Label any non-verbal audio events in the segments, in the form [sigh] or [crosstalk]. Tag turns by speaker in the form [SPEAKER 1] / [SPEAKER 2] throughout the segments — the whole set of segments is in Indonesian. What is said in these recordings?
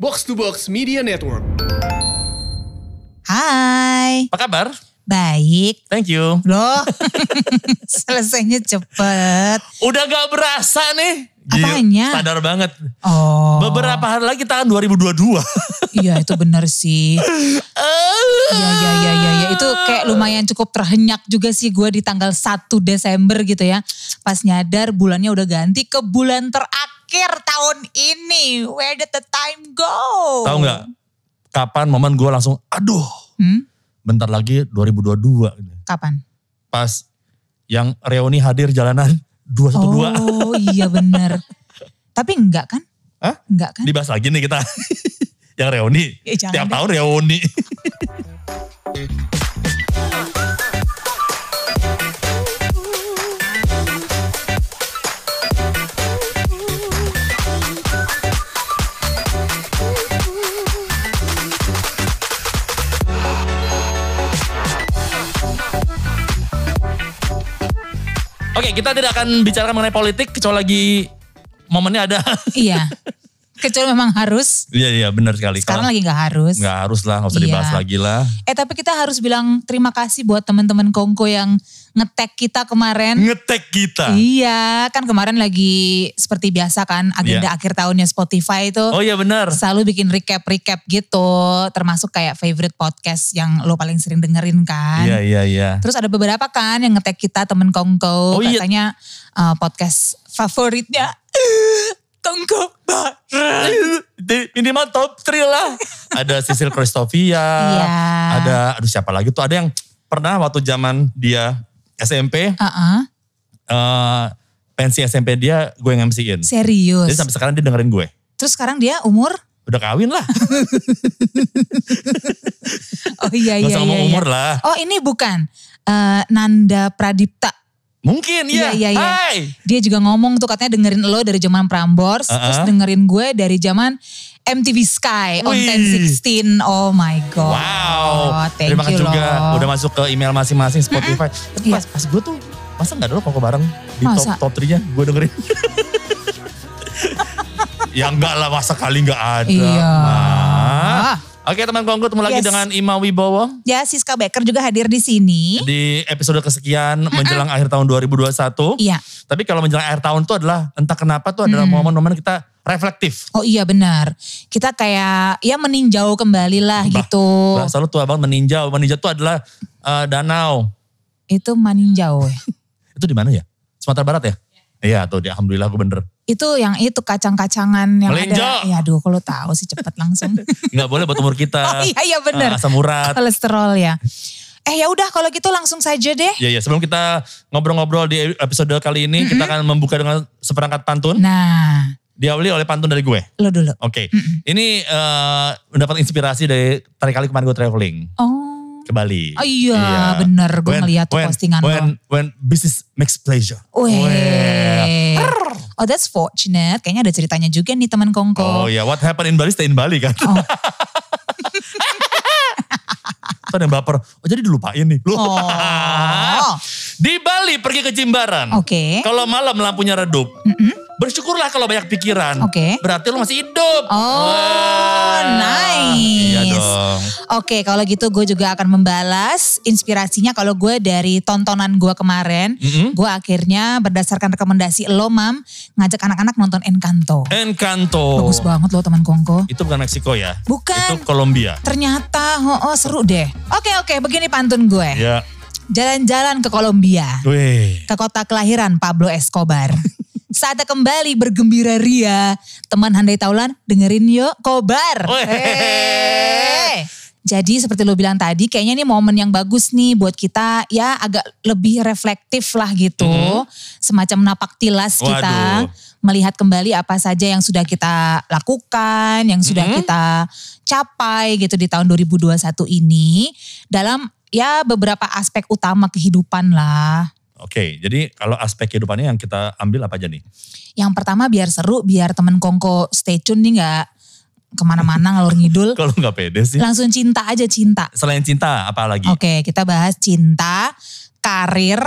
[SPEAKER 1] Box to Box Media Network.
[SPEAKER 2] Hai,
[SPEAKER 3] Apa kabar?
[SPEAKER 2] baik.
[SPEAKER 3] Thank you.
[SPEAKER 2] Loh, [laughs] selesainya cepet.
[SPEAKER 3] Udah gak berasa nih.
[SPEAKER 2] Apanya?
[SPEAKER 3] Sadar banget.
[SPEAKER 2] Oh,
[SPEAKER 3] Beberapa hari lagi tahun [laughs] 2022.
[SPEAKER 2] iya itu bener sih. Iya, iya, iya, iya. Ya. Itu kayak lumayan cukup terhenyak juga sih gue di tanggal 1 Desember gitu ya. Pas nyadar bulannya udah ganti ke bulan terakhir tahun ini. Where did the time go?
[SPEAKER 3] Tahu gak? Kapan momen gue langsung, aduh
[SPEAKER 2] Hmm?
[SPEAKER 3] bentar lagi 2022.
[SPEAKER 2] Kapan?
[SPEAKER 3] Pas yang reuni hadir jalanan 212.
[SPEAKER 2] Oh iya bener. Tapi enggak kan?
[SPEAKER 3] Hah?
[SPEAKER 2] Enggak kan?
[SPEAKER 3] Dibahas lagi nih kita. [laughs] yang reuni.
[SPEAKER 2] Ya, jangan
[SPEAKER 3] Tiap
[SPEAKER 2] deh.
[SPEAKER 3] tahun reuni. [laughs] Oke, kita tidak akan bicara mengenai politik kecuali lagi momennya ada. [laughs]
[SPEAKER 2] iya. Kecuali memang harus.
[SPEAKER 3] Iya, iya benar sekali.
[SPEAKER 2] Sekarang
[SPEAKER 3] Kalau-
[SPEAKER 2] lagi enggak harus.
[SPEAKER 3] Nggak harus lah, nggak usah
[SPEAKER 2] Iya.
[SPEAKER 3] dibahas lagi lah.
[SPEAKER 2] Eh tapi kita harus bilang terima kasih buat teman-teman Kongko yang ngetek kita kemarin.
[SPEAKER 3] Ngetek kita.
[SPEAKER 2] Kan- Iya, kan kemarin lagi seperti biasa kan agenda
[SPEAKER 3] Iya.
[SPEAKER 2] akhir tahunnya Spotify itu
[SPEAKER 3] Oh iya benar.
[SPEAKER 2] selalu bikin recap-recap gitu, termasuk kayak favorite podcast yang lo paling sering dengerin kan.
[SPEAKER 3] Iya, iya, iya.
[SPEAKER 2] Terus ada beberapa kan yang ngetek kita temen Kongko,
[SPEAKER 3] Oh iya.
[SPEAKER 2] katanya uh, podcast favoritnya [laughs] Kongko bareng.
[SPEAKER 3] Di- Minimal top 3 lah. ada
[SPEAKER 2] [laughs]
[SPEAKER 3] Sisil Kristofia.
[SPEAKER 2] Iya.
[SPEAKER 3] Ada, aduh siapa lagi tuh. Ada yang pernah waktu zaman dia SMP.
[SPEAKER 2] Heeh,
[SPEAKER 3] eh, pensi SMP dia gue yang MC-in.
[SPEAKER 2] serius.
[SPEAKER 3] Jadi sampai sekarang dia dengerin gue.
[SPEAKER 2] Terus sekarang dia
[SPEAKER 3] [laughs]
[SPEAKER 2] umur?
[SPEAKER 3] Udah kawin lah.
[SPEAKER 2] Oh [laughs] iya iya
[SPEAKER 3] Gak
[SPEAKER 2] iya.
[SPEAKER 3] usah ngomong
[SPEAKER 2] iya.
[SPEAKER 3] umur lah.
[SPEAKER 2] Oh ini bukan eh, Nanda Pradipta.
[SPEAKER 3] Mungkin
[SPEAKER 2] Iya,
[SPEAKER 3] ya.
[SPEAKER 2] iya, iya.
[SPEAKER 3] Hai.
[SPEAKER 2] Dia juga ngomong tuh katanya dengerin lo dari zaman Prambors,
[SPEAKER 3] Uh-uh.
[SPEAKER 2] terus dengerin gue dari zaman MTV Sky on
[SPEAKER 3] Wih.
[SPEAKER 2] 1016. Oh my god.
[SPEAKER 3] Wow.
[SPEAKER 2] thank
[SPEAKER 3] Terima
[SPEAKER 2] you
[SPEAKER 3] kasih juga
[SPEAKER 2] loh.
[SPEAKER 3] udah masuk ke email masing-masing Spotify. Tapi
[SPEAKER 2] Iya.
[SPEAKER 3] pas, pas gue tuh masa nggak ada lo koko bareng di
[SPEAKER 2] Masa?
[SPEAKER 3] top top 3-nya gue dengerin. [laughs] ya enggak lah masa kali enggak ada.
[SPEAKER 2] Iya.
[SPEAKER 3] Ma. Oke teman kongko ketemu lagi
[SPEAKER 2] Yes.
[SPEAKER 3] dengan Ima Wibowo
[SPEAKER 2] Ah. Ya Siska Becker juga hadir di sini.
[SPEAKER 3] di episode kesekian menjelang akhir tahun 2021.
[SPEAKER 2] Iya. Mm.
[SPEAKER 3] Tapi kalau menjelang akhir tahun tuh adalah entah kenapa tuh adalah momen-momen kita reflektif.
[SPEAKER 2] Oh iya benar. Kita kayak ya meninjau kembali lah
[SPEAKER 3] Bah-
[SPEAKER 2] gitu.
[SPEAKER 3] Bahasa lu tuh abang meninjau. Meninjau tuh adalah eh, danau.
[SPEAKER 2] Itu meninjau. ya.
[SPEAKER 3] Itu di mana ya? Sumatera Barat ya? Iya tuh, di, alhamdulillah gue bener.
[SPEAKER 2] itu yang itu kacang-kacangan yang
[SPEAKER 3] Melinjau.
[SPEAKER 2] ada. Ya aduh kalau tahu sih cepet
[SPEAKER 3] [laughs]
[SPEAKER 2] langsung.
[SPEAKER 3] Nggak boleh buat umur kita.
[SPEAKER 2] [laughs] oh iya iya benar.
[SPEAKER 3] Ah, asam urat.
[SPEAKER 2] kolesterol ya. Eh ya udah kalau gitu langsung saja deh.
[SPEAKER 3] Ya ya, sebelum kita ngobrol-ngobrol di episode kali ini,
[SPEAKER 2] Mm-hmm.
[SPEAKER 3] kita akan membuka dengan seperangkat pantun.
[SPEAKER 2] Nah,
[SPEAKER 3] Diawali oleh pantun dari gue.
[SPEAKER 2] lo dulu.
[SPEAKER 3] Oke,
[SPEAKER 2] Mm-hmm.
[SPEAKER 3] ini eh, mendapat inspirasi dari terakhir kali kemarin gue traveling
[SPEAKER 2] Oh.
[SPEAKER 3] ke Bali.
[SPEAKER 2] Oh iya, bener. Gue
[SPEAKER 3] When-
[SPEAKER 2] ngeliat tuh
[SPEAKER 3] when-
[SPEAKER 2] postingan lo.
[SPEAKER 3] When, when business makes pleasure. Weh.
[SPEAKER 2] Weh. Oh that's fortunate. Kayaknya ada ceritanya juga nih teman
[SPEAKER 3] Oh
[SPEAKER 2] Kongko.
[SPEAKER 3] ya, what happened in Bali stay in Bali kan.
[SPEAKER 2] Oh.
[SPEAKER 3] Tuh [laughs] ada yang baper. Oh jadi dilupain nih. Lu.
[SPEAKER 2] Oh.
[SPEAKER 3] [laughs] Di Bali pergi ke Jimbaran.
[SPEAKER 2] Oke.
[SPEAKER 3] Kalau malam lampunya redup. Bersyukurlah kalau banyak pikiran.
[SPEAKER 2] Oke.
[SPEAKER 3] Berarti lu masih hidup.
[SPEAKER 2] Oh,
[SPEAKER 3] Wah.
[SPEAKER 2] nice.
[SPEAKER 3] Iya dong.
[SPEAKER 2] Oke, kalau gitu gue juga akan membalas inspirasinya kalau gue dari tontonan gue kemarin.
[SPEAKER 3] Mm-mm.
[SPEAKER 2] Gue akhirnya berdasarkan rekomendasi lo, Mam, ngajak anak-anak nonton Encanto.
[SPEAKER 3] Encanto.
[SPEAKER 2] Bagus banget lo teman Kongko.
[SPEAKER 3] Oh. Itu bukan Meksiko ya. Itu
[SPEAKER 2] Bukan,
[SPEAKER 3] Kolombia.
[SPEAKER 2] ternyata oh, oh, seru deh. Oke, oke, begini pantun gue.
[SPEAKER 3] Ya.
[SPEAKER 2] Jalan-jalan ke Kolombia,
[SPEAKER 3] Weh.
[SPEAKER 2] ke kota kelahiran Pablo
[SPEAKER 3] [laughs]
[SPEAKER 2] Escobar. Saatnya kembali bergembira ria. Teman handai taulan, dengerin yuk kobar.
[SPEAKER 3] Weh.
[SPEAKER 2] Hey. Jadi seperti lo bilang tadi, kayaknya ini momen yang bagus nih buat kita ya agak lebih reflektif lah gitu. Semacam napak tilas kita.
[SPEAKER 3] Mm-hmm. Waduh.
[SPEAKER 2] Melihat kembali apa saja yang sudah kita lakukan, yang sudah
[SPEAKER 3] Mm-hmm.
[SPEAKER 2] kita capai gitu di tahun 2021 ini. Dalam ya beberapa aspek utama kehidupan lah.
[SPEAKER 3] Oke, jadi kalau aspek kehidupannya yang kita ambil apa aja nih?
[SPEAKER 2] Yang pertama biar seru, biar temen kongko stay tune nih nggak kemana-mana ngalur
[SPEAKER 3] [laughs]
[SPEAKER 2] ngidul.
[SPEAKER 3] Kalau nggak pede sih.
[SPEAKER 2] Langsung cinta aja cinta.
[SPEAKER 3] Selain cinta, apa lagi?
[SPEAKER 2] Oke kita bahas cinta, karir,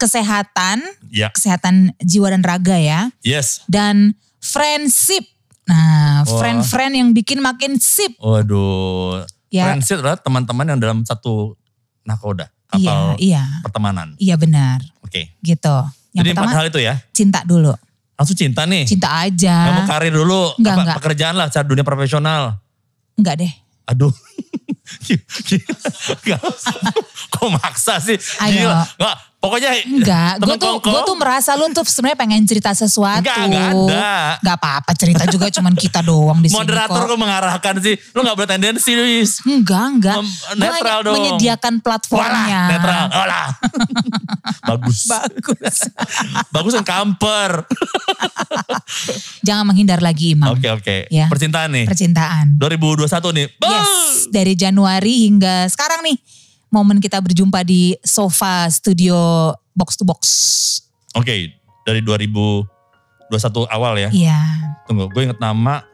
[SPEAKER 2] kesehatan,
[SPEAKER 3] Ya.
[SPEAKER 2] kesehatan jiwa dan raga ya.
[SPEAKER 3] Yes.
[SPEAKER 2] Dan friendship. Nah, friend-friend yang bikin makin sip.
[SPEAKER 3] Waduh.
[SPEAKER 2] Ya.
[SPEAKER 3] Friendship adalah teman-teman yang dalam satu nakoda. Kapal
[SPEAKER 2] Iya, iya.
[SPEAKER 3] pertemanan.
[SPEAKER 2] Iya benar.
[SPEAKER 3] Oke.
[SPEAKER 2] Gitu. Yang
[SPEAKER 3] Jadi
[SPEAKER 2] pertama
[SPEAKER 3] empat hal itu ya.
[SPEAKER 2] cinta dulu.
[SPEAKER 3] Langsung cinta nih.
[SPEAKER 2] Cinta aja.
[SPEAKER 3] Kamu karir dulu.
[SPEAKER 2] Enggak,
[SPEAKER 3] apa,
[SPEAKER 2] enggak.
[SPEAKER 3] Pekerjaan lah, cari dunia profesional.
[SPEAKER 2] Enggak deh.
[SPEAKER 3] Aduh. [laughs] Gak usah. Kok maksa sih?
[SPEAKER 2] Ayo.
[SPEAKER 3] Gila. Enggak, pokoknya
[SPEAKER 2] Enggak, gue
[SPEAKER 3] temen
[SPEAKER 2] tuh
[SPEAKER 3] kongko,
[SPEAKER 2] gue tuh merasa lu tuh sebenarnya pengen cerita sesuatu.
[SPEAKER 3] Enggak, enggak ada.
[SPEAKER 2] Enggak apa-apa cerita juga cuman kita doang di sini
[SPEAKER 3] moderator
[SPEAKER 2] kok.
[SPEAKER 3] kok mengarahkan sih. Lu gak bertendensi, Luis.
[SPEAKER 2] Enggak, enggak.
[SPEAKER 3] Mem-
[SPEAKER 2] Gua
[SPEAKER 3] netral
[SPEAKER 2] hanya
[SPEAKER 3] dong.
[SPEAKER 2] Menyediakan platformnya.
[SPEAKER 3] Walah, netral.
[SPEAKER 2] [laughs]
[SPEAKER 3] Walah. Bagus.
[SPEAKER 2] Bagus.
[SPEAKER 3] Bagus yang kamper.
[SPEAKER 2] Jangan menghindar lagi Imam.
[SPEAKER 3] Oke, oke.
[SPEAKER 2] Ya.
[SPEAKER 3] Percintaan nih.
[SPEAKER 2] Percintaan.
[SPEAKER 3] 2021 nih. Bang!
[SPEAKER 2] Yes, dari Januari hingga sekarang nih. Momen kita berjumpa di sofa studio box to box.
[SPEAKER 3] Oke, dari 2021 awal ya.
[SPEAKER 2] Iya.
[SPEAKER 3] Tunggu, gue inget nama.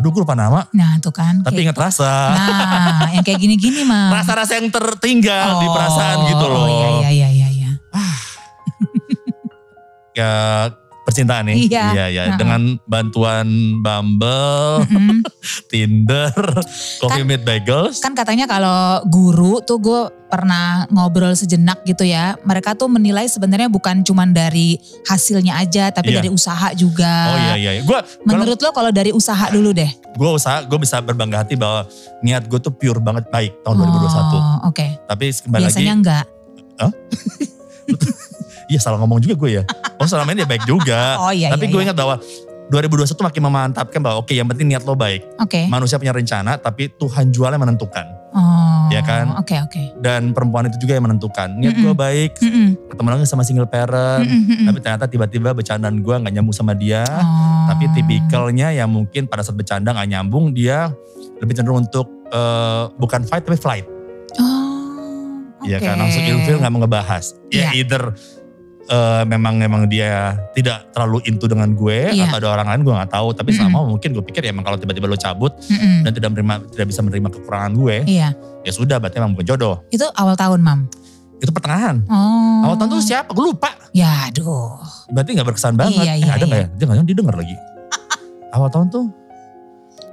[SPEAKER 3] Aduh, gue lupa nama.
[SPEAKER 2] Nah, tuh kan.
[SPEAKER 3] Tapi
[SPEAKER 2] Kayak-
[SPEAKER 3] inget rasa.
[SPEAKER 2] Nah, yang kayak gini-gini mah.
[SPEAKER 3] Rasa-rasa yang tertinggal di perasaan gitu loh.
[SPEAKER 2] Oh, iya, iya, iya, iya.
[SPEAKER 3] Ya, percintaan nih.
[SPEAKER 2] Iya.
[SPEAKER 3] Iya, iya.
[SPEAKER 2] Nah.
[SPEAKER 3] Dengan bantuan
[SPEAKER 2] [laughs]
[SPEAKER 3] Bumble,
[SPEAKER 2] Mm-mm.
[SPEAKER 3] Tinder, Coffee Meet Bagels.
[SPEAKER 2] Kan katanya kalau guru tuh gue pernah ngobrol sejenak gitu ya. Mereka tuh menilai sebenarnya bukan cuman dari hasilnya aja, tapi
[SPEAKER 3] Iya.
[SPEAKER 2] dari usaha juga.
[SPEAKER 3] oh iya, iya. Gue
[SPEAKER 2] Menurut lo kalau dari usaha dulu deh.
[SPEAKER 3] gue usaha, gue bisa berbangga hati bahwa niat gue tuh pure banget baik tahun 2021.
[SPEAKER 2] Oh, Oke.
[SPEAKER 3] Tapi kembali lagi,
[SPEAKER 2] Biasanya enggak.
[SPEAKER 3] Iya salah ngomong juga gue ya. Oh selama ini ya baik juga.
[SPEAKER 2] [laughs] Oh iya.
[SPEAKER 3] tapi
[SPEAKER 2] iya,
[SPEAKER 3] gue
[SPEAKER 2] iya.
[SPEAKER 3] ingat bahwa 2021 makin memantapkan bahwa oke yang penting niat lo baik.
[SPEAKER 2] Oke.
[SPEAKER 3] Manusia punya rencana tapi Tuhan jualnya menentukan.
[SPEAKER 2] Oh.
[SPEAKER 3] Iya kan?
[SPEAKER 2] Oke oke.
[SPEAKER 3] Dan perempuan itu juga yang menentukan. Niat gue baik,
[SPEAKER 2] Mm-mm,
[SPEAKER 3] ketemu lagi sama single parent.
[SPEAKER 2] mm-mm, mm-mm.
[SPEAKER 3] Kan, Tapi ternyata tiba-tiba bercandaan gue gak nyambung sama dia.
[SPEAKER 2] Oh.
[SPEAKER 3] Tapi tipikalnya yang mungkin pada saat bercanda gak nyambung dia lebih cenderung untuk eh, bukan fight tapi flight.
[SPEAKER 2] Oh. oke.
[SPEAKER 3] Iya kan langsung ilfil nggak mau ngebahas. Ya
[SPEAKER 2] Iya.
[SPEAKER 3] either eh, memang memang dia tidak terlalu into dengan gue
[SPEAKER 2] Iya.
[SPEAKER 3] atau ada orang lain gue nggak tahu. Tapi sama mungkin gue pikir ya emang kalau tiba-tiba lo cabut
[SPEAKER 2] Mm-mm.
[SPEAKER 3] dan tidak menerima tidak bisa menerima kekurangan gue
[SPEAKER 2] Iya.
[SPEAKER 3] ya sudah berarti emang bukan jodoh.
[SPEAKER 2] Itu awal tahun mam.
[SPEAKER 3] Itu pertengahan.
[SPEAKER 2] Oh.
[SPEAKER 3] Awal tahun tuh siapa? Gue lupa.
[SPEAKER 2] Ya aduh.
[SPEAKER 3] Berarti nggak berkesan banget.
[SPEAKER 2] Iya,
[SPEAKER 3] Eh,
[SPEAKER 2] iya,
[SPEAKER 3] ada nggak
[SPEAKER 2] iya.
[SPEAKER 3] ya? Jangan jangan didengar
[SPEAKER 2] [laughs]
[SPEAKER 3] lagi. Awal tahun tuh.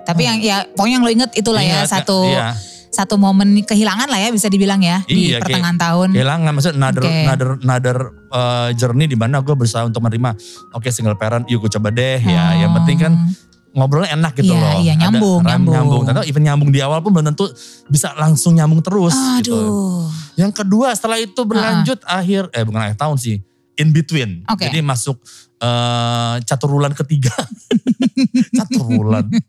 [SPEAKER 2] Tapi yang ya pokoknya yang lo inget itulah ya
[SPEAKER 3] ingat,
[SPEAKER 2] satu
[SPEAKER 3] Hmm. Iya.
[SPEAKER 2] satu momen kehilangan lah ya bisa dibilang ya di
[SPEAKER 3] Iya, kayak-
[SPEAKER 2] pertengahan tahun.
[SPEAKER 3] Kehilangan maksudnya another
[SPEAKER 2] Mm. Oke.
[SPEAKER 3] another another, uh, journey di mana gue berusaha untuk menerima oke single parent yuk gue coba deh
[SPEAKER 2] Oh.
[SPEAKER 3] ya yang penting kan ngobrolnya enak gitu
[SPEAKER 2] Iya,
[SPEAKER 3] loh.
[SPEAKER 2] iya,
[SPEAKER 3] Ada
[SPEAKER 2] nyambung,
[SPEAKER 3] rem,
[SPEAKER 2] nyambung.
[SPEAKER 3] nyambung. Ternyata even nyambung di awal pun belum tentu bisa langsung nyambung terus gitu.
[SPEAKER 2] Aduh.
[SPEAKER 3] Yang kedua setelah itu berlanjut akhir, eh bukan akhir tahun sih, in between.
[SPEAKER 2] Oke.
[SPEAKER 3] Jadi masuk eh caturulan ketiga. [laughs] caturulan. [laughs]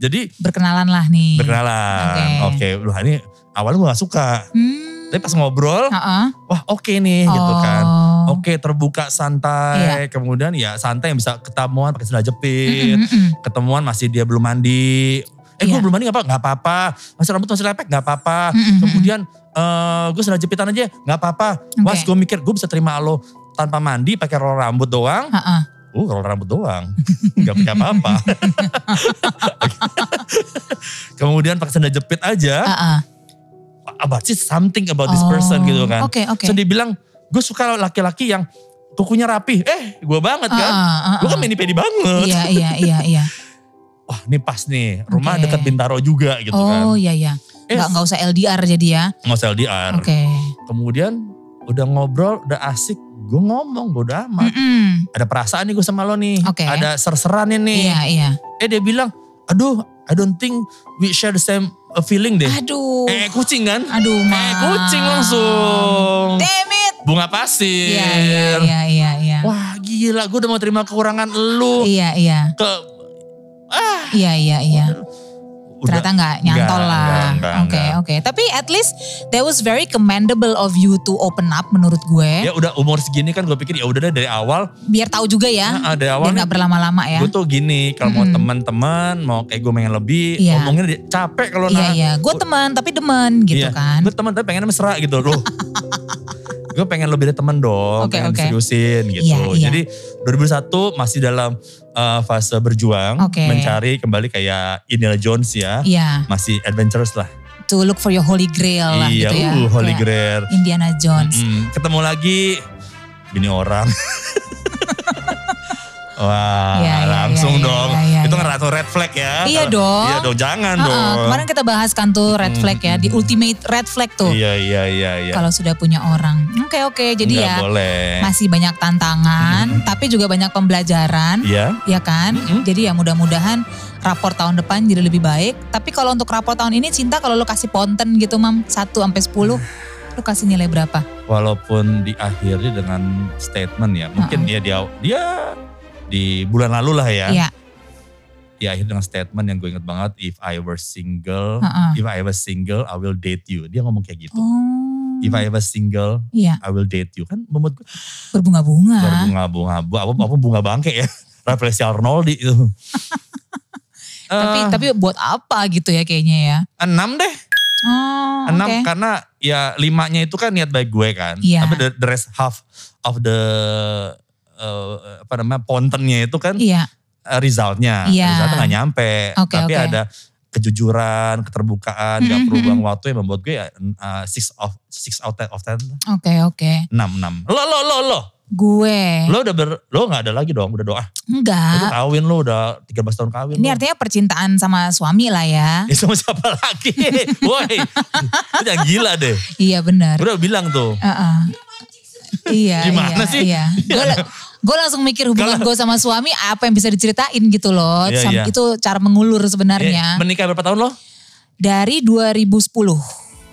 [SPEAKER 3] Jadi
[SPEAKER 2] Berkenalan lah nih.
[SPEAKER 3] berkenalan.
[SPEAKER 2] Iya. Oke.
[SPEAKER 3] Oke, Wah, ini awalnya gue gak suka.
[SPEAKER 2] Hmm.
[SPEAKER 3] Tapi pas ngobrol,
[SPEAKER 2] Heeh.
[SPEAKER 3] wah oke nih gitu kan.
[SPEAKER 2] Oh. Iya.
[SPEAKER 3] Oke terbuka santai, kemudian ya santai yang bisa ketemuan pakai sandal jepit,
[SPEAKER 2] Mm, mm, mm.
[SPEAKER 3] ketemuan masih dia belum mandi. Eh
[SPEAKER 2] Iya.
[SPEAKER 3] gue belum mandi gak apa? Gak apa-apa. Masih rambut masih lepek gak apa-apa.
[SPEAKER 2] Mm-mm.
[SPEAKER 3] Kemudian eh gue sudah jepitan aja gak apa-apa. Mas
[SPEAKER 2] Oke.
[SPEAKER 3] gue mikir gue bisa terima lo tanpa mandi pakai roll rambut doang.
[SPEAKER 2] Heeh.
[SPEAKER 3] Uh roll rambut
[SPEAKER 2] [laughs]
[SPEAKER 3] doang. gak pakai apa-apa. [laughs] Kemudian pakai sandal jepit aja.
[SPEAKER 2] Heeh.
[SPEAKER 3] About sih something about this
[SPEAKER 2] Oh,
[SPEAKER 3] person gitu kan.
[SPEAKER 2] Oke oke.
[SPEAKER 3] So dia bilang gue suka laki-laki yang kukunya rapi. Eh gue banget kan.
[SPEAKER 2] Heeh, heeh.
[SPEAKER 3] Gue kan mini-pedi
[SPEAKER 2] Ah,
[SPEAKER 3] banget.
[SPEAKER 2] Iya iya iya iya.
[SPEAKER 3] Wah ini pas nih. Rumah
[SPEAKER 2] Oke.
[SPEAKER 3] deket Bintaro juga [laughs] gitu kan.
[SPEAKER 2] Oh iya iya.
[SPEAKER 3] Eh,
[SPEAKER 2] Nggak nggak usah LDR jadi ya.
[SPEAKER 3] nggak usah LDR.
[SPEAKER 2] Oke.
[SPEAKER 3] Kemudian udah ngobrol, udah asik, gue ngomong bodo amat.
[SPEAKER 2] Mm-mm.
[SPEAKER 3] Ada perasaan nih gue sama lo nih,
[SPEAKER 2] Hmm. Oke.
[SPEAKER 3] ada serseran nih.
[SPEAKER 2] Iya iya.
[SPEAKER 3] Eh dia bilang, aduh, I don't think we share the same uh, feeling deh.
[SPEAKER 2] Aduh.
[SPEAKER 3] Eh kucing kan?
[SPEAKER 2] Aduh mam.
[SPEAKER 3] Eh kucing langsung.
[SPEAKER 2] Damn it.
[SPEAKER 3] Bunga pasir.
[SPEAKER 2] Iya iya iya iya. Iya
[SPEAKER 3] Wah gila, gue udah mau terima kekurangan lu.
[SPEAKER 2] iya iya.
[SPEAKER 3] Ke,
[SPEAKER 2] Iya iya iya.
[SPEAKER 3] udah,
[SPEAKER 2] Ternyata nggak nyantol
[SPEAKER 3] Nggak,
[SPEAKER 2] lah.
[SPEAKER 3] nggak, nggak,
[SPEAKER 2] Oke
[SPEAKER 3] nggak.
[SPEAKER 2] oke. Tapi at least that was very commendable of you to open up menurut gue.
[SPEAKER 3] ya udah umur segini kan gue pikir ya udah deh dari awal,
[SPEAKER 2] Biar tahu juga ya.
[SPEAKER 3] nah, dari awal
[SPEAKER 2] Biar
[SPEAKER 3] nih
[SPEAKER 2] nggak berlama-lama ya.
[SPEAKER 3] Gue tuh gini, kalau mau teman-teman, mau kayak gue pengen lebih,
[SPEAKER 2] Iya.
[SPEAKER 3] ngomongnya dia- capek kalau
[SPEAKER 2] Iya
[SPEAKER 3] nah.
[SPEAKER 2] iya. Gue teman tapi demen gitu
[SPEAKER 3] Iya,
[SPEAKER 2] kan.
[SPEAKER 3] Gue teman tapi pengen mesra gitu
[SPEAKER 2] [laughs]
[SPEAKER 3] loh. gue pengen lebih dari teman dong,
[SPEAKER 2] Oke,
[SPEAKER 3] pengen
[SPEAKER 2] oke.
[SPEAKER 3] seriusin gitu.
[SPEAKER 2] Iya, iya.
[SPEAKER 3] Jadi 2001 masih dalam uh, fase berjuang,
[SPEAKER 2] Oke.
[SPEAKER 3] mencari kembali kayak Indiana Jones ya.
[SPEAKER 2] Iya.
[SPEAKER 3] Masih adventurous lah.
[SPEAKER 2] To look for your holy grail lah
[SPEAKER 3] iya,
[SPEAKER 2] gitu ya.
[SPEAKER 3] uh, Holy
[SPEAKER 2] Kayak
[SPEAKER 3] Grail.
[SPEAKER 2] Indiana Jones.
[SPEAKER 3] [laughs] Mm, ketemu lagi bini orang. Wah,
[SPEAKER 2] Iya, iya, iya,
[SPEAKER 3] langsung
[SPEAKER 2] iya,
[SPEAKER 3] dong.
[SPEAKER 2] iya, iya,
[SPEAKER 3] itu
[SPEAKER 2] iya.
[SPEAKER 3] ngerasa red flag ya.
[SPEAKER 2] Iya
[SPEAKER 3] Kalau-
[SPEAKER 2] dong.
[SPEAKER 3] Iya dong, jangan
[SPEAKER 2] Ha-ha,
[SPEAKER 3] dong.
[SPEAKER 2] Kemarin kita bahas kan tuh red flag ya, di ultimate red flag tuh.
[SPEAKER 3] Iya, iya, iya, iya.
[SPEAKER 2] Kalau sudah punya orang. Oke oke, jadi
[SPEAKER 3] Nggak
[SPEAKER 2] ya
[SPEAKER 3] boleh.
[SPEAKER 2] masih banyak tantangan, tapi juga banyak pembelajaran.
[SPEAKER 3] Iya.
[SPEAKER 2] ya kan? Jadi ya mudah-mudahan rapor tahun depan jadi lebih baik. Tapi kalau untuk rapor tahun ini cinta kalau lu kasih ponten gitu mam 1 sampai 10
[SPEAKER 3] Eh.
[SPEAKER 2] lu kasih nilai berapa?
[SPEAKER 3] Walaupun diakhiri dengan statement ya. Mungkin dia dia dia di bulan lalu lah ya.
[SPEAKER 2] Iya.
[SPEAKER 3] Diakhiri dengan statement yang gue inget banget. If I were single,
[SPEAKER 2] Heeh.
[SPEAKER 3] if I was single, I will date you. Dia ngomong kayak gitu.
[SPEAKER 2] Oh.
[SPEAKER 3] If I was single,
[SPEAKER 2] Iya,
[SPEAKER 3] I will date you. Kan membuat gue
[SPEAKER 2] berbunga-bunga.
[SPEAKER 3] berbunga-bunga. Bu, Apa, apa bunga bangke ya. [laughs] Rafflesia Arnoldi itu.
[SPEAKER 2] [laughs] Tapi
[SPEAKER 3] Eh,
[SPEAKER 2] tapi buat apa gitu ya kayaknya ya?
[SPEAKER 3] enam deh.
[SPEAKER 2] Oh,
[SPEAKER 3] enam
[SPEAKER 2] oke.
[SPEAKER 3] karena ya limanya itu kan niat baik gue kan
[SPEAKER 2] Iya.
[SPEAKER 3] tapi the, the rest half of the uh, apa namanya pontennya itu kan
[SPEAKER 2] Iya,
[SPEAKER 3] uh, resultnya
[SPEAKER 2] Iya.
[SPEAKER 3] resultnya nggak nyampe
[SPEAKER 2] Oke,
[SPEAKER 3] tapi
[SPEAKER 2] oke. Mm-hmm.
[SPEAKER 3] ada kejujuran keterbukaan nggak
[SPEAKER 2] Mm-mm,
[SPEAKER 3] perlu
[SPEAKER 2] mm-mm.
[SPEAKER 3] buang waktu yang membuat gue ya, uh, six of six out of ten
[SPEAKER 2] oke oke.
[SPEAKER 3] enam enam lo lo lo lo
[SPEAKER 2] Gue
[SPEAKER 3] lo udah ber lo nggak ada lagi dong udah doa lo udah
[SPEAKER 2] enggak.
[SPEAKER 3] kawin lo udah 13 tahun kawin
[SPEAKER 2] Ah. Ini
[SPEAKER 3] lo. [laughs]
[SPEAKER 2] artinya percintaan sama suami lah ya.
[SPEAKER 3] Ya sama siapa lagi? [laughs] Woi, lu jangan gila deh.
[SPEAKER 2] Iya benar.
[SPEAKER 3] Gue udah bilang tuh.
[SPEAKER 2] Heeh. iya,
[SPEAKER 3] Gimana
[SPEAKER 2] iya,
[SPEAKER 3] sih?
[SPEAKER 2] Iya. Gue la- gue langsung mikir hubungan gue sama suami apa yang bisa diceritain gitu loh.
[SPEAKER 3] Iya,
[SPEAKER 2] Sam-
[SPEAKER 3] iya.
[SPEAKER 2] Itu cara mengulur
[SPEAKER 3] Eh,
[SPEAKER 2] sebenarnya.
[SPEAKER 3] menikah berapa tahun lo?
[SPEAKER 2] Dari 2010,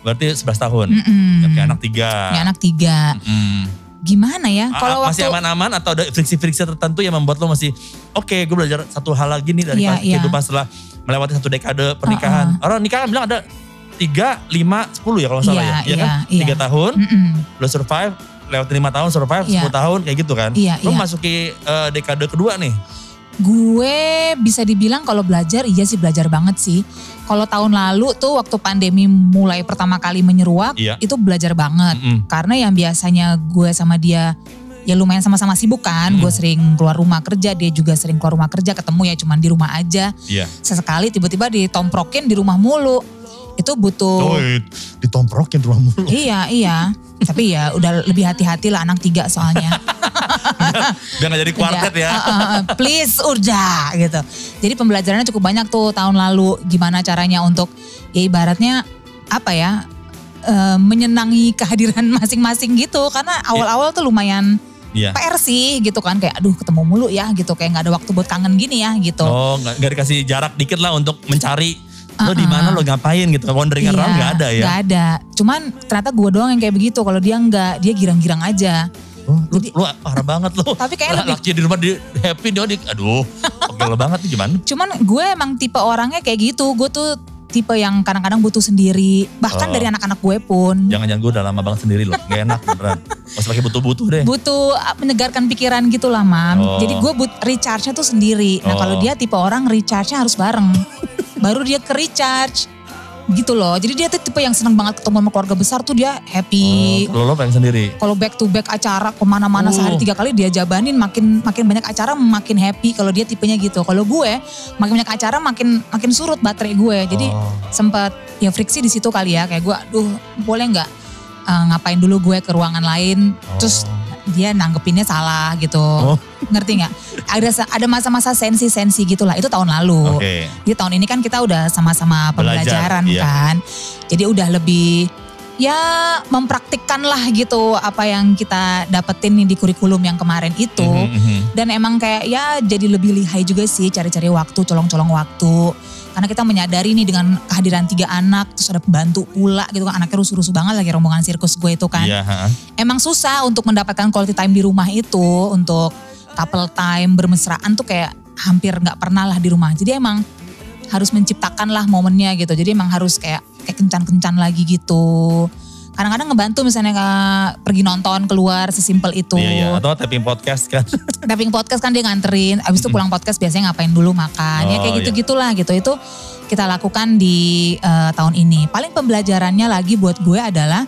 [SPEAKER 3] Berarti 11 tahun.
[SPEAKER 2] Mm-mm.
[SPEAKER 3] Oke, anak tiga.
[SPEAKER 2] punya anak tiga.
[SPEAKER 3] Mm.
[SPEAKER 2] Gimana ya?
[SPEAKER 3] Ah,
[SPEAKER 2] Kalau
[SPEAKER 3] masih
[SPEAKER 2] waktu
[SPEAKER 3] aman-aman atau ada friksi-friksi tertentu yang membuat lo masih oke gue belajar satu hal lagi nih dari
[SPEAKER 2] Iya, iya. Uh-uh.
[SPEAKER 3] kehidupan setelah melewati satu dekade pernikahan. Orang nikah kan bilang ada tiga, lima, sepuluh ya kalau nggak salah
[SPEAKER 2] Iya,
[SPEAKER 3] ya. Iya
[SPEAKER 2] iya,
[SPEAKER 3] kan?
[SPEAKER 2] iya.
[SPEAKER 3] Tiga tahun,
[SPEAKER 2] Mm-mm.
[SPEAKER 3] lo survive, lewat lima tahun survive,
[SPEAKER 2] Iya.
[SPEAKER 3] sepuluh tahun kayak gitu kan.
[SPEAKER 2] Iya,
[SPEAKER 3] Lo
[SPEAKER 2] iya.
[SPEAKER 3] masuki eh, dekade kedua nih.
[SPEAKER 2] Gue bisa dibilang kalau belajar iya sih belajar banget sih. Kalau tahun lalu tuh waktu pandemi mulai pertama kali menyeruak
[SPEAKER 3] Iya.
[SPEAKER 2] itu belajar banget.
[SPEAKER 3] Mm-mm.
[SPEAKER 2] Karena yang biasanya gue sama dia ya lumayan sama-sama sibuk kan. Gue sering keluar rumah kerja, dia juga sering keluar rumah kerja, ketemu ya cuman di rumah aja.
[SPEAKER 3] Iya.
[SPEAKER 2] Sesekali tiba-tiba ditomprokin di rumah mulu. Itu butuh
[SPEAKER 3] Doi, ditomprokin rumah mulu.
[SPEAKER 2] Iya, iya. Tapi ya udah lebih hati-hati lah anak tiga soalnya.
[SPEAKER 3] Biar gak jadi kuartet
[SPEAKER 2] Iya.
[SPEAKER 3] ya.
[SPEAKER 2] Heeh, heeh. please urja gitu. Jadi pembelajarannya cukup banyak tuh tahun lalu gimana caranya untuk ya ibaratnya apa ya eh, menyenangi kehadiran [laughs] masing-masing gitu karena awal-awal tuh lumayan
[SPEAKER 3] Iya.
[SPEAKER 2] PR sih gitu kan kayak aduh ketemu mulu ya gitu kayak nggak ada waktu buat kangen gini ya gitu.
[SPEAKER 3] Oh, nggak nggak dikasih jarak dikit lah untuk mencari lo di mana lo ngapain gitu. Wandering around
[SPEAKER 2] Uh-uh. Iya,
[SPEAKER 3] nggak ada ya.
[SPEAKER 2] nggak ada. Cuman ternyata gue doang yang kayak begitu. Kalau dia nggak, dia girang-girang aja.
[SPEAKER 3] Oh, lu,
[SPEAKER 2] Jadi-
[SPEAKER 3] lu parah banget
[SPEAKER 2] [laughs]
[SPEAKER 3] lo.
[SPEAKER 2] Tapi kayaknya
[SPEAKER 3] [laughs]
[SPEAKER 2] lebih-
[SPEAKER 3] laki di rumah di happy dia di aduh pegel banget nih gimana?
[SPEAKER 2] Cuman gue emang tipe orangnya kayak gitu. Gue tuh tipe yang kadang-kadang butuh sendiri. Bahkan
[SPEAKER 3] Oh.
[SPEAKER 2] dari anak-anak gue pun.
[SPEAKER 3] Jangan-jangan gue udah lama banget sendiri loh. Gak enak beneran. Masih pakai butuh-butuh deh.
[SPEAKER 2] butuh uh, menegarkan pikiran gitu lah mam.
[SPEAKER 3] Oh.
[SPEAKER 2] Jadi gue but recharge-nya tuh sendiri. Nah
[SPEAKER 3] Oh.
[SPEAKER 2] kalau dia tipe orang recharge-nya harus
[SPEAKER 3] [laughs]
[SPEAKER 2] bareng. Baru dia ke recharge. Gitu loh. Jadi dia tuh tipe yang seneng banget ketemu sama keluarga besar tuh dia happy.
[SPEAKER 3] Oh, Kalau lo pengen sendiri.
[SPEAKER 2] Kalau back to back acara kemana-mana
[SPEAKER 3] Oh.
[SPEAKER 2] sehari tiga kali dia jabanin makin makin banyak acara makin happy kalau dia tipenya gitu. Kalau gue makin banyak acara makin makin surut baterai gue. Jadi
[SPEAKER 3] Oh.
[SPEAKER 2] sempat ya friksi di situ kali ya kayak gue aduh boleh nggak eh, ngapain dulu gue ke ruangan lain terus dia nanggepinnya salah gitu
[SPEAKER 3] Oh.
[SPEAKER 2] ngerti nggak ada sa- ada masa-masa sensi-sensi gitulah itu tahun
[SPEAKER 3] Oke.
[SPEAKER 2] lalu jadi tahun ini kan kita udah sama-sama
[SPEAKER 3] Belajar,
[SPEAKER 2] pembelajaran
[SPEAKER 3] iya.
[SPEAKER 2] kan jadi udah lebih ya mempraktikkan lah gitu apa yang kita dapetin nih di kurikulum yang kemarin itu
[SPEAKER 3] Mhm, mhm.
[SPEAKER 2] dan emang kayak ya jadi lebih lihai juga sih cari-cari waktu, colong-colong waktu. Karena kita menyadari nih dengan kehadiran tiga anak, terus ada pembantu pula gitu kan. Anaknya rusuh-rusuh banget lagi rombongan sirkus gue itu kan.
[SPEAKER 3] Iya. ha.
[SPEAKER 2] Emang susah untuk mendapatkan quality time di rumah itu. Untuk couple time bermesraan tuh kayak hampir nggak pernah lah di rumah. Jadi emang harus menciptakan lah momennya gitu. Jadi emang harus kayak kayak kencan-kencan lagi gitu. Kadang-kadang ngebantu misalnya kayak pergi nonton keluar sesimpel itu
[SPEAKER 3] Iya, iya. Atau tapping podcast kan.
[SPEAKER 2] tapping podcast kan dia nganterin, abis itu pulang podcast biasanya ngapain dulu makan, ya
[SPEAKER 3] Oh,
[SPEAKER 2] kayak
[SPEAKER 3] iya.
[SPEAKER 2] gitu-gitulah gitu. Itu kita lakukan di eh, tahun ini. Paling pembelajarannya lagi buat gue adalah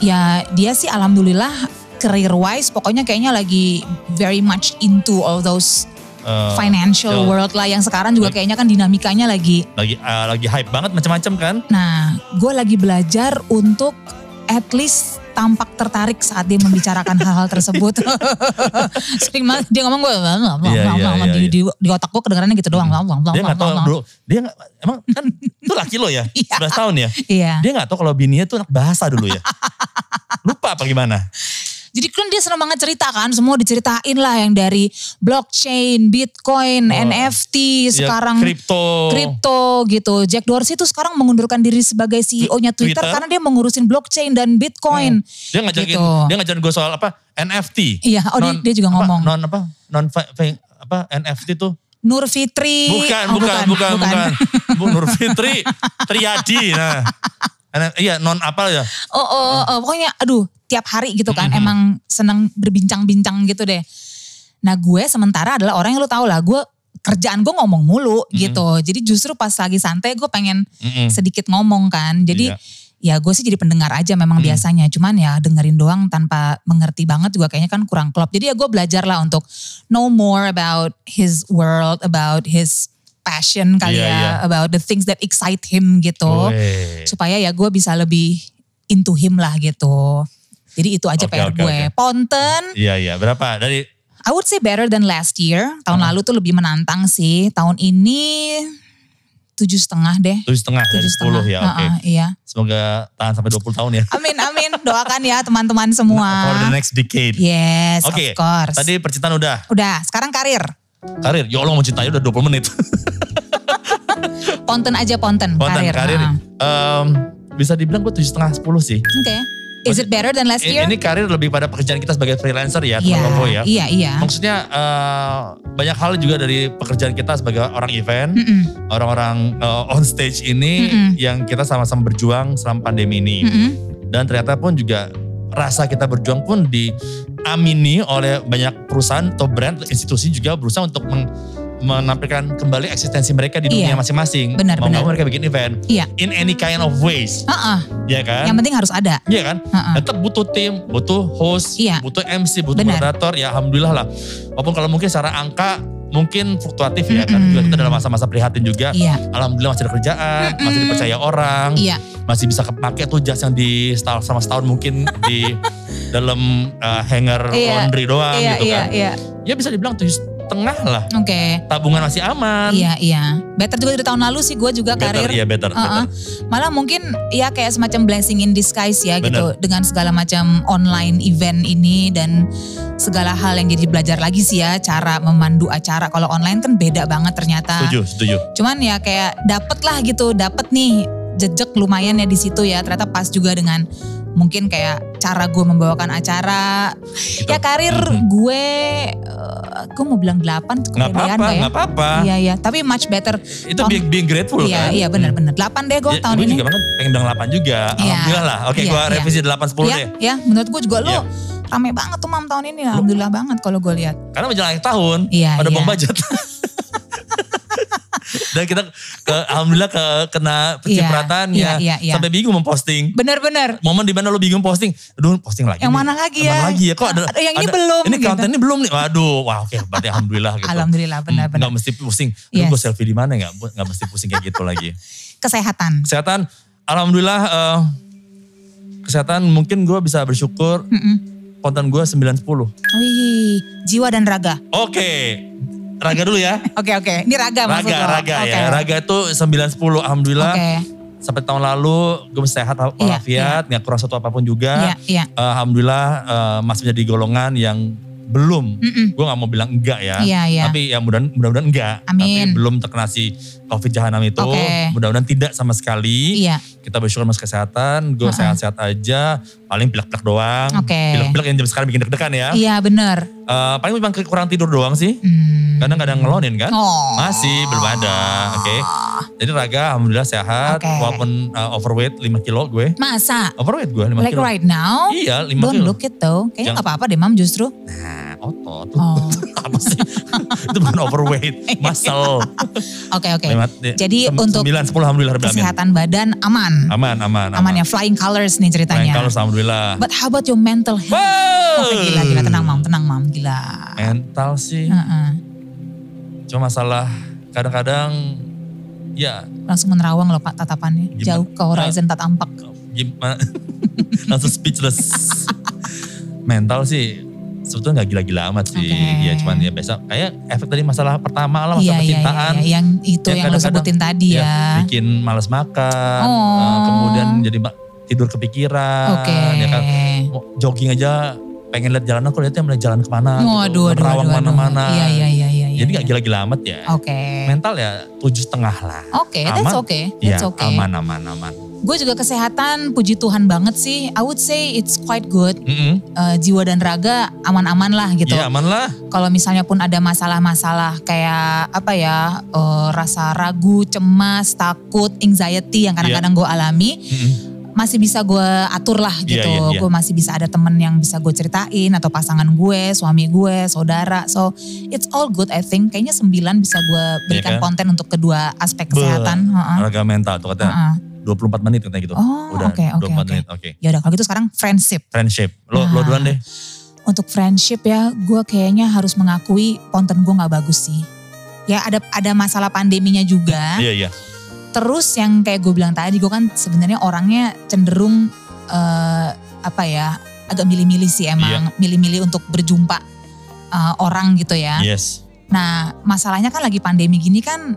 [SPEAKER 2] ya dia sih alhamdulillah career wise pokoknya kayaknya lagi very much into all those
[SPEAKER 3] Eh,
[SPEAKER 2] financial
[SPEAKER 3] betul.
[SPEAKER 2] world lah yang sekarang juga kayaknya kan dinamikanya lagi.
[SPEAKER 3] lagi eh, lagi hype banget macam-macam kan.
[SPEAKER 2] Nah, gue lagi belajar untuk at least tampak tertarik saat dia membicarakan hal-hal
[SPEAKER 3] [laughs]
[SPEAKER 2] tersebut. Sering banget dia ngomong gue,
[SPEAKER 3] Iya, iya, iya,
[SPEAKER 2] di,
[SPEAKER 3] iya. Hmm.
[SPEAKER 2] di, di otak gue kedengarannya gitu doang. blah, blah, blah,
[SPEAKER 3] Dia nggak
[SPEAKER 2] blah,
[SPEAKER 3] tahu
[SPEAKER 2] blah,
[SPEAKER 3] bro, dia nggak emang kan itu laki lo ya,
[SPEAKER 2] [laughs] Iya.
[SPEAKER 3] 11 tahun ya.
[SPEAKER 2] Iya.
[SPEAKER 3] Dia nggak tahu kalau bininya tuh anak bahasa dulu
[SPEAKER 2] [laughs]
[SPEAKER 3] ya. Lupa apa gimana?
[SPEAKER 2] Jadi kan dia senang banget cerita kan, semua diceritain lah yang dari blockchain, bitcoin,
[SPEAKER 3] Oh,
[SPEAKER 2] NFT,
[SPEAKER 3] Ya,
[SPEAKER 2] sekarang
[SPEAKER 3] kripto.
[SPEAKER 2] kripto gitu. Jack Dorsey itu sekarang mengundurkan diri sebagai CEO-nya Twitter,
[SPEAKER 3] Twitter. Hmm.
[SPEAKER 2] karena dia mengurusin blockchain dan Bitcoin.
[SPEAKER 3] Dia ngajarin
[SPEAKER 2] Gitu.
[SPEAKER 3] dia ngajarin gue soal apa? NFT.
[SPEAKER 2] Iya, oh dia, dia juga
[SPEAKER 3] apa,
[SPEAKER 2] ngomong.
[SPEAKER 3] Non apa? Non fi- fi- apa NFT tuh?
[SPEAKER 2] Nur Fitri. Oh,
[SPEAKER 3] Bukan, bukan, bukan, bukan. Bu Nur
[SPEAKER 2] [laughs]
[SPEAKER 3] Fitri Triadi. Nah. N- Iya, non apa ya?
[SPEAKER 2] Oh, oh, oh, pokoknya aduh tiap hari gitu kan emang seneng berbincang-bincang gitu deh. Nah gue sementara adalah orang yang lu tau lah gue kerjaan gue ngomong mulu gitu. Jadi justru pas lagi santai gue pengen
[SPEAKER 3] Mm-mm.
[SPEAKER 2] sedikit ngomong kan. Jadi
[SPEAKER 3] Hmm. Iya. Hmm.
[SPEAKER 2] ya gue sih jadi pendengar aja memang biasanya. Cuman ya dengerin doang tanpa mengerti banget juga kayaknya kan kurang klop. Jadi ya gue belajar lah untuk know more about his world, about his passion kali
[SPEAKER 3] Iya,
[SPEAKER 2] ya.
[SPEAKER 3] iya.
[SPEAKER 2] About the things that excite him gitu
[SPEAKER 3] Weh.
[SPEAKER 2] supaya ya gue bisa lebih into him lah gitu. Jadi itu aja
[SPEAKER 3] Oke,
[SPEAKER 2] PR
[SPEAKER 3] oke,
[SPEAKER 2] gue.
[SPEAKER 3] oke.
[SPEAKER 2] Ponten,
[SPEAKER 3] Iya, iya. Berapa? Dari
[SPEAKER 2] I would say better than last year. Tahun lalu tuh lebih menantang sih. Tahun ini tujuh setengah deh.
[SPEAKER 3] tujuh setengah dari
[SPEAKER 2] Tujuh
[SPEAKER 3] sepuluh
[SPEAKER 2] setengah.
[SPEAKER 3] ya. Oke.
[SPEAKER 2] Heeh, iya.
[SPEAKER 3] Semoga tahan sampai 20 tahun ya.
[SPEAKER 2] Amin amin. Doakan ya teman-teman semua.
[SPEAKER 3] For the next decade.
[SPEAKER 2] Yes,
[SPEAKER 3] Nah, Oke.
[SPEAKER 2] of course.
[SPEAKER 3] Tadi percintaan udah.
[SPEAKER 2] Udah, sekarang karir.
[SPEAKER 3] Karir. Ya Allah mau cintai udah 20 menit.
[SPEAKER 2] Ponten aja ponten,
[SPEAKER 3] Konten
[SPEAKER 2] karir. ah.
[SPEAKER 3] karir.
[SPEAKER 2] Heeh.
[SPEAKER 3] Em, bisa dibilang gue tujuh setengah 10 sih.
[SPEAKER 2] Oke. Is it better than last
[SPEAKER 3] Ini,
[SPEAKER 2] year?
[SPEAKER 3] ini karir lebih pada pekerjaan kita sebagai freelancer ya,
[SPEAKER 2] Iya,
[SPEAKER 3] teman-teman ya.
[SPEAKER 2] iya, iya.
[SPEAKER 3] Maksudnya eh, banyak hal juga dari pekerjaan kita sebagai orang event,
[SPEAKER 2] Mm-mm,
[SPEAKER 3] orang-orang eh, on stage ini
[SPEAKER 2] Mm-mm.
[SPEAKER 3] yang kita sama-sama berjuang selama pandemi ini.
[SPEAKER 2] mm-mm.
[SPEAKER 3] Dan ternyata pun juga rasa kita berjuang pun diamini oleh banyak perusahaan atau brand institusi juga berusaha untuk meng- menampilkan kembali eksistensi mereka di
[SPEAKER 2] Iya.
[SPEAKER 3] dunia masing-masing.
[SPEAKER 2] Benar,
[SPEAKER 3] Mau
[SPEAKER 2] benar.
[SPEAKER 3] nggak mau mereka bikin event
[SPEAKER 2] Iya.
[SPEAKER 3] in any kind of ways,
[SPEAKER 2] Heeh,
[SPEAKER 3] ya kan?
[SPEAKER 2] Uh-uh, Yang penting harus ada. Uh-uh.
[SPEAKER 3] Iya kan?
[SPEAKER 2] Heeh.
[SPEAKER 3] Tetap butuh tim, butuh host,
[SPEAKER 2] Iya.
[SPEAKER 3] butuh MC, butuh
[SPEAKER 2] Benar.
[SPEAKER 3] moderator. Ya alhamdulillah lah. Walaupun kalau mungkin secara angka mungkin fluktuatif ya kan.
[SPEAKER 2] Mm-mm.
[SPEAKER 3] Juga kita dalam masa-masa prihatin juga.
[SPEAKER 2] Iya.
[SPEAKER 3] Alhamdulillah masih ada kerjaan, masih
[SPEAKER 2] Mm-mm.
[SPEAKER 3] dipercaya orang,
[SPEAKER 2] Iya.
[SPEAKER 3] masih bisa kepake tuh jas yang di setahun sama setahun
[SPEAKER 2] [laughs]
[SPEAKER 3] mungkin di dalam uh, hanger
[SPEAKER 2] Iya.
[SPEAKER 3] laundry doang
[SPEAKER 2] Iya,
[SPEAKER 3] gitu
[SPEAKER 2] iya,
[SPEAKER 3] kan.
[SPEAKER 2] iya.
[SPEAKER 3] Ya bisa dibilang tujuh setengah lah.
[SPEAKER 2] Oke.
[SPEAKER 3] Tabungan masih aman.
[SPEAKER 2] Iya iya. Better juga dari tahun lalu sih gue juga
[SPEAKER 3] Kan?
[SPEAKER 2] karir.
[SPEAKER 3] Better, iya better.
[SPEAKER 2] Uh-uh.
[SPEAKER 3] better.
[SPEAKER 2] Malah mungkin ya kayak semacam blessing in disguise ya gitu
[SPEAKER 3] Bener.
[SPEAKER 2] dengan segala macam online event ini dan segala hal yang jadi belajar lagi sih ya cara memandu acara kalau online kan beda banget ternyata.
[SPEAKER 3] Setuju, setuju.
[SPEAKER 2] Cuman ya kayak dapet lah gitu, dapet nih jejak lumayan ya di situ ya. Ternyata pas juga dengan mungkin kayak cara gue membawakan acara. Ya karir
[SPEAKER 3] Mhm.
[SPEAKER 2] gue, eh, gue mau bilang 8 kepedean
[SPEAKER 3] Nggak apa-apa,
[SPEAKER 2] gak ya?
[SPEAKER 3] nggak apa-apa.
[SPEAKER 2] Iya iya, tapi much better.
[SPEAKER 3] Itu being, being grateful
[SPEAKER 2] Iya
[SPEAKER 3] kan.
[SPEAKER 2] iya benar-benar. 8 deh gue
[SPEAKER 3] Ya,
[SPEAKER 2] tahun
[SPEAKER 3] gua
[SPEAKER 2] ini.
[SPEAKER 3] juga banget pengen bilang 8 juga. Alhamdulillah lah. Oke,
[SPEAKER 2] Iya,
[SPEAKER 3] gua
[SPEAKER 2] iya.
[SPEAKER 3] revisi 8 10
[SPEAKER 2] Iya
[SPEAKER 3] deh.
[SPEAKER 2] ya, menurut gue juga lo
[SPEAKER 3] Iya.
[SPEAKER 2] rame banget tuh mam tahun ini. Alhamdulillah banget kalau gue lihat.
[SPEAKER 3] Karena menjelang akhir tahun
[SPEAKER 2] Iya,
[SPEAKER 3] pada
[SPEAKER 2] iya.
[SPEAKER 3] bom
[SPEAKER 2] [laughs]
[SPEAKER 3] budget. Dan kita ke- alhamdulillah ke, kena pencipratan
[SPEAKER 2] Iya,
[SPEAKER 3] ya.
[SPEAKER 2] iya, iya.
[SPEAKER 3] Sampai bingung memposting.
[SPEAKER 2] Bener-bener.
[SPEAKER 3] Momen di mana lo bingung posting. Aduh, posting lagi.
[SPEAKER 2] Yang
[SPEAKER 3] nih.
[SPEAKER 2] mana lagi
[SPEAKER 3] Yang
[SPEAKER 2] ya?
[SPEAKER 3] mana lagi ya? Kok ada,
[SPEAKER 2] Ada yang ini
[SPEAKER 3] ada-
[SPEAKER 2] belum,
[SPEAKER 3] Ini
[SPEAKER 2] gitu.
[SPEAKER 3] konten ini belum nih. Waduh, wah oke berarti alhamdulillah gitu.
[SPEAKER 2] Alhamdulillah benar-benar.
[SPEAKER 3] Gak mesti pusing. Aduh,
[SPEAKER 2] Yes.
[SPEAKER 3] gue selfie di mana nggak? Nggak mesti pusing kayak gitu lagi.
[SPEAKER 2] Kesehatan.
[SPEAKER 3] kesehatan alhamdulillah eh, kesehatan mungkin gue bisa bersyukur konten gue 910 oke
[SPEAKER 2] Wih, jiwa dan raga.
[SPEAKER 3] raga dulu ya
[SPEAKER 2] Oke oke, ini raga, maksud
[SPEAKER 3] raga
[SPEAKER 2] lo.
[SPEAKER 3] raga
[SPEAKER 2] Oke.
[SPEAKER 3] ya raga itu 910 alhamdulillah
[SPEAKER 2] Oke.
[SPEAKER 3] sampai tahun lalu gue sehat
[SPEAKER 2] Iya,
[SPEAKER 3] walafiat nggak kurang satu apapun
[SPEAKER 2] Iya
[SPEAKER 3] juga
[SPEAKER 2] iya.
[SPEAKER 3] alhamdulillah eh, masih menjadi golongan yang belum gue nggak mau bilang enggak ya
[SPEAKER 2] Iya, iya.
[SPEAKER 3] tapi ya mudah- mudah-mudahan enggak tapi
[SPEAKER 2] Amin.
[SPEAKER 3] belum terkena si covid jahanam itu
[SPEAKER 2] Oke.
[SPEAKER 3] mudah-mudahan tidak sama sekali
[SPEAKER 2] Iya.
[SPEAKER 3] kita bersyukur mas kesehatan, gue sehat-sehat aja, paling pilek-pilek doang.
[SPEAKER 2] Oke.
[SPEAKER 3] Pilek-pilek yang jam sekarang bikin deg-degan ya.
[SPEAKER 2] Iya bener.
[SPEAKER 3] Eh, paling memang ke- kurang tidur doang sih.
[SPEAKER 2] Hmm.
[SPEAKER 3] Kadang-kadang ngelonin kan.
[SPEAKER 2] Oh.
[SPEAKER 3] Masih belum ada, oke. Jadi Raga alhamdulillah sehat,
[SPEAKER 2] Oke.
[SPEAKER 3] walaupun eh, overweight 5 kilo gue.
[SPEAKER 2] Masa?
[SPEAKER 3] Overweight gue 5
[SPEAKER 2] Like
[SPEAKER 3] kilo.
[SPEAKER 2] right now?
[SPEAKER 3] Iya 5
[SPEAKER 2] Don't
[SPEAKER 3] kilo.
[SPEAKER 2] look it though. Kayaknya
[SPEAKER 3] Jangan.
[SPEAKER 2] gak apa-apa deh mam justru.
[SPEAKER 3] Nah otot. [laughs]
[SPEAKER 2] Oh.
[SPEAKER 3] Apa sih? Itu bukan overweight,
[SPEAKER 2] [laughs] Oh.
[SPEAKER 3] muscle.
[SPEAKER 2] Oke oke.
[SPEAKER 3] Lima-
[SPEAKER 2] Jadi
[SPEAKER 3] sem-
[SPEAKER 2] untuk
[SPEAKER 3] sembilan, 10 alhamdulillah. Rabbil alamin.
[SPEAKER 2] kesehatan badan aman.
[SPEAKER 3] Aman, aman, aman.
[SPEAKER 2] Aman ya, flying colors nih ceritanya.
[SPEAKER 3] Kalau alhamdulillah.
[SPEAKER 2] But how about your mental health?
[SPEAKER 3] Wow.
[SPEAKER 2] Oke gila, gila. Tenang Hmm. mam, tenang mam. Gila.
[SPEAKER 3] Mental sih.
[SPEAKER 2] Heeh.
[SPEAKER 3] Cuma masalah kadang-kadang ya
[SPEAKER 2] Langsung menerawang loh pak tatapannya.
[SPEAKER 3] Gimana?
[SPEAKER 2] Jauh ke horizon tak tampak.
[SPEAKER 3] gimana? [laughs] Langsung speechless. Mental sih sebetulnya nggak gila-gila amat sih.
[SPEAKER 2] Oke.
[SPEAKER 3] Ya cuman ya biasa kayak efek tadi masalah pertama lah
[SPEAKER 2] Iya,
[SPEAKER 3] masalah
[SPEAKER 2] iya, iya,
[SPEAKER 3] percintaan.
[SPEAKER 2] iya. Yang itu
[SPEAKER 3] Ya,
[SPEAKER 2] yang lo
[SPEAKER 3] kadang-kadang,
[SPEAKER 2] sebutin tadi
[SPEAKER 3] Ya,
[SPEAKER 2] ya.
[SPEAKER 3] bikin males makan,
[SPEAKER 2] Oh.
[SPEAKER 3] eh, kemudian jadi ma- tidur kepikiran,
[SPEAKER 2] Oke.
[SPEAKER 3] ya kan Mau jogging aja pengen lihat jalanan, aku lihatnya mulai jalan kemana, gitu,
[SPEAKER 2] Waduh, aduh, aduh,
[SPEAKER 3] menerawang
[SPEAKER 2] aduh, aduh.
[SPEAKER 3] mana-mana.
[SPEAKER 2] Iya, iya, iya, iya.
[SPEAKER 3] Jadi nggak
[SPEAKER 2] iya.
[SPEAKER 3] gila-gila amat ya.
[SPEAKER 2] Oke.
[SPEAKER 3] Mental ya tujuh setengah lah.
[SPEAKER 2] Oke, that's
[SPEAKER 3] Aman.
[SPEAKER 2] okay.
[SPEAKER 3] Iya,
[SPEAKER 2] That's okay.
[SPEAKER 3] aman, aman, aman.
[SPEAKER 2] Gue juga kesehatan, puji Tuhan banget sih. I would say it's quite good.
[SPEAKER 3] Mm-mm.
[SPEAKER 2] Eh, jiwa dan raga aman-aman lah gitu.
[SPEAKER 3] Iya aman lah.
[SPEAKER 2] Kalau misalnya pun ada masalah-masalah kayak apa ya, eh, rasa ragu, cemas, takut, anxiety yang
[SPEAKER 3] Iya.
[SPEAKER 2] kadang-kadang gue alami,
[SPEAKER 3] Mm-mm.
[SPEAKER 2] masih bisa gue atur lah
[SPEAKER 3] Iya,
[SPEAKER 2] gitu.
[SPEAKER 3] iya, iya.
[SPEAKER 2] Gue masih bisa ada temen yang bisa gue ceritain atau pasangan gue, suami gue, saudara. So it's all good I think. Kayaknya sembilan bisa gue berikan
[SPEAKER 3] kan?
[SPEAKER 2] konten untuk kedua aspek
[SPEAKER 3] Be-
[SPEAKER 2] kesehatan. Heeh,
[SPEAKER 3] Olahraga mental tuh katanya
[SPEAKER 2] heeh.
[SPEAKER 3] 24 menit katanya gitu.
[SPEAKER 2] Oh
[SPEAKER 3] Udah
[SPEAKER 2] oke oke
[SPEAKER 3] 24
[SPEAKER 2] oke.
[SPEAKER 3] menit. Oke.
[SPEAKER 2] Ya udah kalau gitu sekarang friendship.
[SPEAKER 3] Friendship. Lo lo
[SPEAKER 2] Nah.
[SPEAKER 3] duluan deh.
[SPEAKER 2] Untuk friendship ya gue kayaknya harus mengakui konten gue gak bagus sih. Ya ada ada masalah pandeminya juga.
[SPEAKER 3] Iya iya.
[SPEAKER 2] Terus yang kayak gue bilang tadi, gue kan sebenarnya orangnya cenderung eh, apa ya agak milih-milih sih
[SPEAKER 3] Iya.
[SPEAKER 2] emang, milih-milih untuk berjumpa eh, orang gitu ya.
[SPEAKER 3] Yes.
[SPEAKER 2] Nah masalahnya kan lagi pandemi gini kan,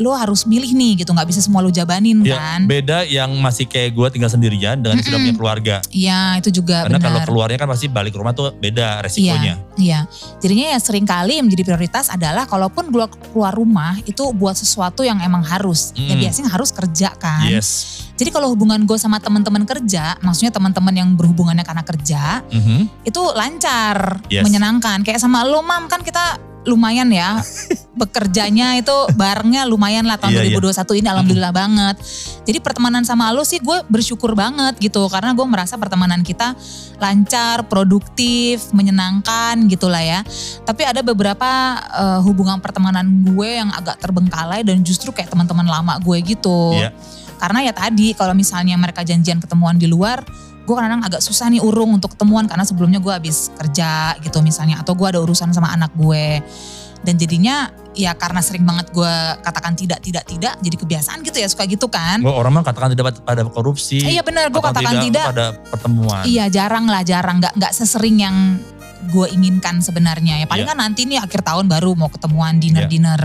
[SPEAKER 2] lo harus milih nih gitu, nggak bisa semua lo jabanin
[SPEAKER 3] Iya,
[SPEAKER 2] kan.
[SPEAKER 3] beda yang masih kayak gue tinggal sendirian dengan yang sudah
[SPEAKER 2] Mm-mm.
[SPEAKER 3] punya keluarga.
[SPEAKER 2] Iya itu juga
[SPEAKER 3] Karena kalau
[SPEAKER 2] benar.
[SPEAKER 3] keluarnya kan pasti balik ke rumah tuh beda resikonya.
[SPEAKER 2] Iya, jadinya ya sering kali yang menjadi prioritas adalah kalaupun gue keluar rumah itu buat sesuatu yang emang harus. Ya
[SPEAKER 3] Mm.
[SPEAKER 2] biasanya harus kerja kan.
[SPEAKER 3] Yes.
[SPEAKER 2] Jadi kalau hubungan gue sama teman-teman kerja, maksudnya teman-teman yang berhubungannya karena kerja,
[SPEAKER 3] Mhm.
[SPEAKER 2] itu lancar,
[SPEAKER 3] Yes.
[SPEAKER 2] menyenangkan. Kayak sama lo, Mam, kan kita lumayan
[SPEAKER 3] [laughs]
[SPEAKER 2] ya bekerjanya itu barengnya lumayan lah tahun
[SPEAKER 3] Iya, iya.
[SPEAKER 2] 2021 ini alhamdulillah banget. Jadi pertemanan sama lo sih gue bersyukur banget gitu karena gue merasa pertemanan kita lancar, produktif, menyenangkan gitulah ya. Tapi ada beberapa eh, hubungan pertemanan gue yang agak terbengkalai dan justru kayak teman-teman lama gue gitu.
[SPEAKER 3] Iya.
[SPEAKER 2] Karena ya tadi kalau misalnya mereka janjian ketemuan di luar, gue kadang agak susah nih urung untuk ketemuan karena sebelumnya gue habis kerja gitu misalnya atau gue ada urusan sama anak gue dan jadinya ya karena sering banget gue katakan tidak tidak tidak jadi kebiasaan gitu ya suka gitu kan
[SPEAKER 3] Gua orang mah katakan tidak pada korupsi.
[SPEAKER 2] Eh, iya benar gue
[SPEAKER 3] atau
[SPEAKER 2] katakan tidak,
[SPEAKER 3] pada pertemuan.
[SPEAKER 2] iya jarang lah jarang nggak nggak sesering yang gue inginkan sebenarnya ya paling kan
[SPEAKER 3] Iya.
[SPEAKER 2] nanti nih akhir tahun baru mau ketemuan dinner
[SPEAKER 3] Iya.
[SPEAKER 2] dinner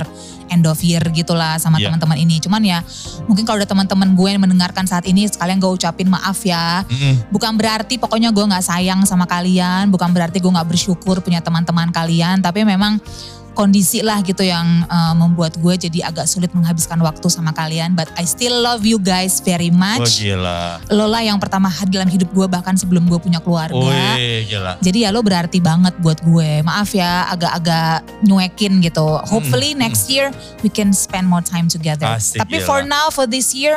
[SPEAKER 2] end of year gitulah sama
[SPEAKER 3] Iya.
[SPEAKER 2] teman-teman ini cuman ya mungkin kalau ada teman-teman gue yang mendengarkan saat ini sekalian gue ucapin maaf ya
[SPEAKER 3] Mm-mm.
[SPEAKER 2] Bukan berarti pokoknya gue nggak sayang sama kalian, bukan berarti gue nggak bersyukur punya teman-teman kalian, tapi memang kondisi lah gitu yang eh, membuat gue jadi agak sulit menghabiskan waktu sama kalian. But I still love you guys very
[SPEAKER 3] Wah
[SPEAKER 2] much.
[SPEAKER 3] Oh, gila.
[SPEAKER 2] Lola yang pertama hadir dalam hidup gue bahkan sebelum gue punya keluarga.
[SPEAKER 3] Wih gila.
[SPEAKER 2] Jadi ya lo berarti banget buat gue. Maaf ya agak-agak nyuekin gitu. Hopefully
[SPEAKER 3] Hmm,
[SPEAKER 2] next year we can spend more time together.
[SPEAKER 3] Asik,
[SPEAKER 2] Tapi
[SPEAKER 3] gila.
[SPEAKER 2] for now for this year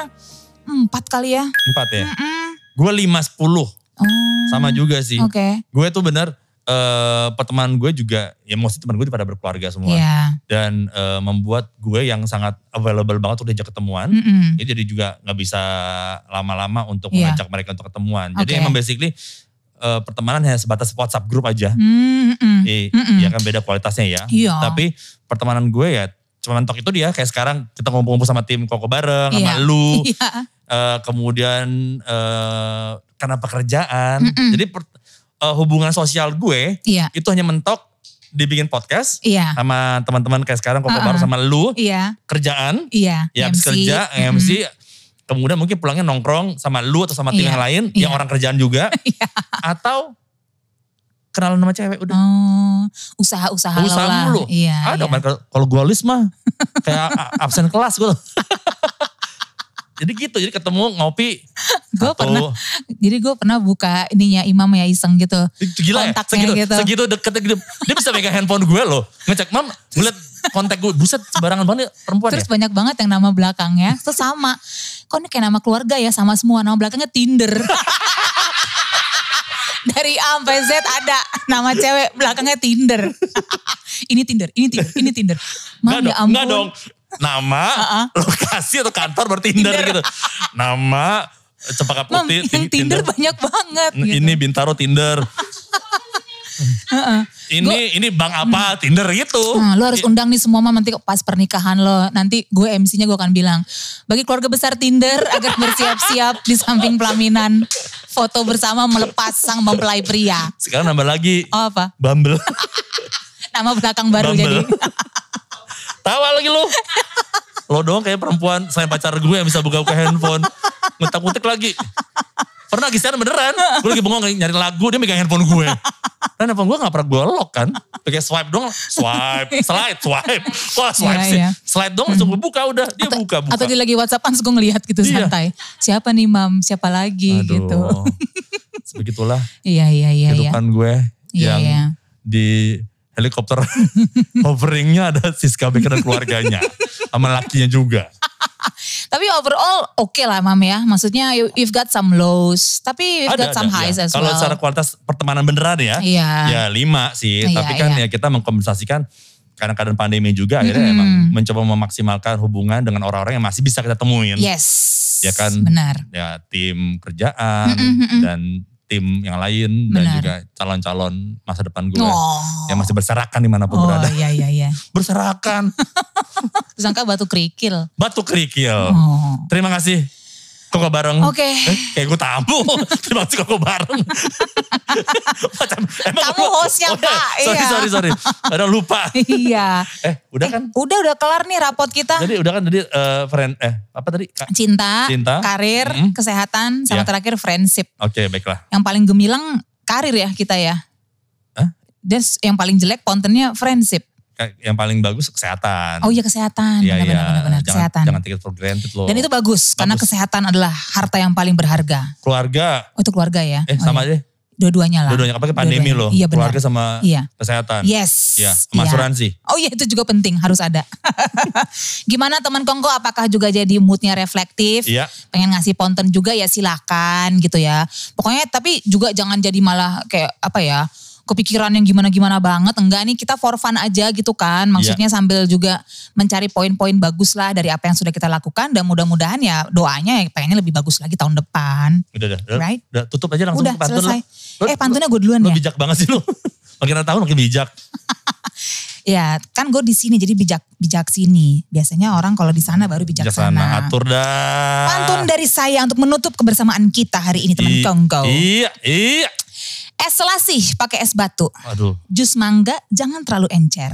[SPEAKER 2] hmm, empat kali ya.
[SPEAKER 3] Empat ya.
[SPEAKER 2] Mm-mm.
[SPEAKER 3] Gue lima sepuluh.
[SPEAKER 2] Oh,
[SPEAKER 3] Sama juga sih.
[SPEAKER 2] Oke.
[SPEAKER 3] Gue tuh bener eh pertemanan gue juga. Ya mostly teman gue pada berkeluarga semua.
[SPEAKER 2] Iya.
[SPEAKER 3] dan eh, membuat gue yang sangat available banget untuk diajak ketemuan.
[SPEAKER 2] Mm-mm.
[SPEAKER 3] Ya, Jadi jadi juga nggak bisa lama-lama untuk
[SPEAKER 2] Iya.
[SPEAKER 3] mengajak mereka untuk ketemuan. Jadi
[SPEAKER 2] Oke.
[SPEAKER 3] emang basically eh, pertemanan hanya sebatas WhatsApp grup aja.
[SPEAKER 2] Mm-mm.
[SPEAKER 3] I-
[SPEAKER 2] Mm-mm.
[SPEAKER 3] Ya kan beda kualitasnya ya.
[SPEAKER 2] Iya.
[SPEAKER 3] Tapi pertemanan gue ya cuman tok itu dia kayak sekarang kita ngumpul-ngumpul sama tim koko bareng
[SPEAKER 2] Iya.
[SPEAKER 3] sama
[SPEAKER 2] [laughs]
[SPEAKER 3] lu.
[SPEAKER 2] Iya.
[SPEAKER 3] Eh, kemudian eh, karena pekerjaan.
[SPEAKER 2] Mm-mm.
[SPEAKER 3] Jadi per- eh, hubungan sosial gue
[SPEAKER 2] Iya.
[SPEAKER 3] itu hanya mentok dibikin podcast
[SPEAKER 2] Iya.
[SPEAKER 3] sama teman-teman kayak sekarang koko
[SPEAKER 2] Uh-uh.
[SPEAKER 3] bareng sama lu
[SPEAKER 2] Iya.
[SPEAKER 3] kerjaan,
[SPEAKER 2] Iya.
[SPEAKER 3] ya habis
[SPEAKER 2] MC.
[SPEAKER 3] kerja,
[SPEAKER 2] Mm-mm.
[SPEAKER 3] MC, kemudian mungkin pulangnya nongkrong sama lu atau sama tim
[SPEAKER 2] Iya,
[SPEAKER 3] yang lain,
[SPEAKER 2] iya.
[SPEAKER 3] yang orang kerjaan
[SPEAKER 2] [laughs]
[SPEAKER 3] juga, atau kenalan sama cewek udah.
[SPEAKER 2] Oh, usaha-usaha
[SPEAKER 3] Usaha
[SPEAKER 2] Lola.
[SPEAKER 3] mulu.
[SPEAKER 2] Iya.
[SPEAKER 3] Ada
[SPEAKER 2] iya.
[SPEAKER 3] man, kalau- kalau gue list mah kayak a- absen kelas gue. [laughs] jadi gitu, jadi ketemu ngopi.
[SPEAKER 2] Gue
[SPEAKER 3] satu.
[SPEAKER 2] pernah, jadi gue pernah buka ininya Imam ya Iseng gitu.
[SPEAKER 3] Itu gila ya,
[SPEAKER 2] Kontaknya
[SPEAKER 3] segitu,
[SPEAKER 2] gitu.
[SPEAKER 3] segitu deketnya gitu. Dia bisa megang handphone gue loh, ngecek mam, gue liat kontak gue, buset sembarangan banget ya, perempuan
[SPEAKER 2] Terus
[SPEAKER 3] ya.
[SPEAKER 2] banyak banget yang nama belakangnya. Terus sama. Kok ini kayak nama keluarga ya sama semua. Nama belakangnya Tinder. [laughs] Dari A sampai Z ada nama cewek belakangnya Tinder. [laughs] ini Tinder, ini Tinder, ini Tinder. Mam ya
[SPEAKER 3] Enggak dong,
[SPEAKER 2] ampun.
[SPEAKER 3] enggak dong.
[SPEAKER 2] [laughs]
[SPEAKER 3] Nama,
[SPEAKER 2] Uh-uh.
[SPEAKER 3] lokasi atau kantor bertinder
[SPEAKER 2] Tinder.
[SPEAKER 3] gitu. Nama, cepaka
[SPEAKER 2] Mam, yang
[SPEAKER 3] putih,
[SPEAKER 2] gitu.
[SPEAKER 3] tin- Iya.
[SPEAKER 2] Iya. [laughs] Tinder banyak banget.
[SPEAKER 3] N-
[SPEAKER 2] gitu.
[SPEAKER 3] Ini Bintaro Tinder. Ini ini bank apa Tinder gitu.
[SPEAKER 2] Nah, lo harus undang nih semua mah nanti pas pernikahan lo. Nanti gue MC-nya gue akan bilang, bagi keluarga besar Tinder agar bersiap-siap di samping pelaminan. Foto bersama melepas sang mempelai pria.
[SPEAKER 3] Sekarang nambah lagi
[SPEAKER 2] Oh apa?
[SPEAKER 3] Bumble.
[SPEAKER 2] Nama belakang baru
[SPEAKER 3] Bumble. [laughs]
[SPEAKER 2] jadi.
[SPEAKER 3] Tawa lagi lu. Lo doang kayak perempuan selain pacar gue yang bisa buka-buka handphone. Ngetak-ngetik lagi. Pernah geser beneran. Gue lagi bengong nyari lagu dia megang handphone gue. Karena handphone gue gak pernah gue lock kan. Pakai swipe dong. Swipe. Slide. Swipe. Wah swipe
[SPEAKER 2] Iya,
[SPEAKER 3] sih.
[SPEAKER 2] iya.
[SPEAKER 3] Slide dong langsung gue buka udah. Dia buka-buka.
[SPEAKER 2] Atau dia lagi Whatsappan terus gue ngeliat gitu
[SPEAKER 3] Iya.
[SPEAKER 2] santai. Siapa nih mam? Siapa lagi gitu.
[SPEAKER 3] Sebegitulah
[SPEAKER 2] Iya iya iya. iya.
[SPEAKER 3] kehidupan gue.
[SPEAKER 2] Iya,
[SPEAKER 3] yang
[SPEAKER 2] iya.
[SPEAKER 3] di helikopter [laughs] hoveringnya ada Siska Becker dan keluarganya. sama lakinya juga.
[SPEAKER 2] Tapi overall oke lah mam ya. Maksudnya you- you've got some lows. Tapi you've got some
[SPEAKER 3] iya.
[SPEAKER 2] highs as
[SPEAKER 3] Kalau
[SPEAKER 2] well.
[SPEAKER 3] secara kualitas pertemanan beneran ya.
[SPEAKER 2] Iya.
[SPEAKER 3] Ya lima
[SPEAKER 2] Iya,
[SPEAKER 3] sih. Tapi kan
[SPEAKER 2] iya.
[SPEAKER 3] ya kita mengkompensasikan karena keadaan pandemi juga akhirnya
[SPEAKER 2] Mm-mm.
[SPEAKER 3] emang mencoba memaksimalkan hubungan dengan orang-orang yang masih bisa kita temuin.
[SPEAKER 2] Yes.
[SPEAKER 3] Ya kan?
[SPEAKER 2] Benar.
[SPEAKER 3] Ya tim kerjaan
[SPEAKER 2] Mm-mm, mm-mm.
[SPEAKER 3] dan tim yang lain dan
[SPEAKER 2] Benar.
[SPEAKER 3] juga calon-calon masa depan gue
[SPEAKER 2] Oh.
[SPEAKER 3] Iya. yang masih berserakan dimanapun
[SPEAKER 2] Oh
[SPEAKER 3] berada.
[SPEAKER 2] iya iya iya. [laughs]
[SPEAKER 3] Berserakan,
[SPEAKER 2] Tersangka batu kerikil.
[SPEAKER 3] batu kerikil.
[SPEAKER 2] Oh.
[SPEAKER 3] Terima kasih Koko Bareng.
[SPEAKER 2] Oke.
[SPEAKER 3] Eh, kayak gue tamu.
[SPEAKER 2] [laughs]
[SPEAKER 3] Terima kasih Koko Bareng. Macam, emang
[SPEAKER 2] Kamu
[SPEAKER 3] gua-
[SPEAKER 2] hostnya,
[SPEAKER 3] Oh, iya.
[SPEAKER 2] Pak.
[SPEAKER 3] Sorry,
[SPEAKER 2] Iya.
[SPEAKER 3] sorry, sorry. Ada lupa.
[SPEAKER 2] iya.
[SPEAKER 3] Eh, udah kan?
[SPEAKER 2] Udah udah kelar nih rapot kita.
[SPEAKER 3] Jadi udah kan tadi eh, friend, eh apa tadi? Ka-
[SPEAKER 2] cinta,
[SPEAKER 3] Cinta.
[SPEAKER 2] karir,
[SPEAKER 3] Mm-mm.
[SPEAKER 2] kesehatan, sama
[SPEAKER 3] Iya.
[SPEAKER 2] terakhir friendship.
[SPEAKER 3] Oke, baiklah.
[SPEAKER 2] Yang paling gemilang karir ya kita ya.
[SPEAKER 3] Hah?
[SPEAKER 2] Dan s- yang paling jelek kontennya friendship.
[SPEAKER 3] Ka- Yang paling bagus kesehatan.
[SPEAKER 2] Oh iya kesehatan,
[SPEAKER 3] Iya, iya.
[SPEAKER 2] benar-benar benar-benar,
[SPEAKER 3] Jangan,
[SPEAKER 2] kesehatan.
[SPEAKER 3] jangan take it for granted loh.
[SPEAKER 2] Dan itu bagus, karena
[SPEAKER 3] Bagus.
[SPEAKER 2] kesehatan adalah harta yang paling berharga.
[SPEAKER 3] keluarga,
[SPEAKER 2] Oh itu keluarga ya?
[SPEAKER 3] eh
[SPEAKER 2] Oh,
[SPEAKER 3] sama
[SPEAKER 2] iya.
[SPEAKER 3] aja.
[SPEAKER 2] Dua-duanya lah.
[SPEAKER 3] Dua-duanya apalagi pandemi
[SPEAKER 2] Dua-duanya.
[SPEAKER 3] loh.
[SPEAKER 2] Iya benar.
[SPEAKER 3] keluarga sama
[SPEAKER 2] Iya.
[SPEAKER 3] kesehatan.
[SPEAKER 2] Yes.
[SPEAKER 3] Iya, sama
[SPEAKER 2] Iya.
[SPEAKER 3] asuransi.
[SPEAKER 2] Oh iya itu juga penting harus ada. [laughs] Gimana teman Kongko apakah juga jadi moodnya reflektif?
[SPEAKER 3] Iya.
[SPEAKER 2] Pengen ngasih ponten juga ya silakan gitu ya. Pokoknya tapi juga jangan jadi malah kayak apa ya kepikiran yang gimana-gimana banget. Enggak nih kita for fun aja gitu
[SPEAKER 3] Iya.
[SPEAKER 2] kan. Maksudnya sambil juga mencari poin-poin bagus lah dari apa yang sudah kita lakukan. Dan mudah-mudahan ya doanya ya pengennya lebih bagus lagi tahun depan.
[SPEAKER 3] Udah, udah, udah,
[SPEAKER 2] Right.
[SPEAKER 3] udah, tutup aja langsung
[SPEAKER 2] Udah
[SPEAKER 3] ke pantun
[SPEAKER 2] selesai.
[SPEAKER 3] Lu-
[SPEAKER 2] eh pantunnya gue duluan ya.
[SPEAKER 3] Lu bijak banget sih lu. [laughs] Makin tahun makin bijak.
[SPEAKER 2] Ya kan gue di sini jadi bijak bijak sini. Biasanya orang kalau di sana baru bijak sana.
[SPEAKER 3] Atur dah.
[SPEAKER 2] Pantun dari saya untuk menutup kebersamaan kita hari ini teman
[SPEAKER 3] I-
[SPEAKER 2] Kongko.
[SPEAKER 3] Iya, iya.
[SPEAKER 2] Es selasih pakai es batu.
[SPEAKER 3] Aduh.
[SPEAKER 2] Jus mangga jangan terlalu encer.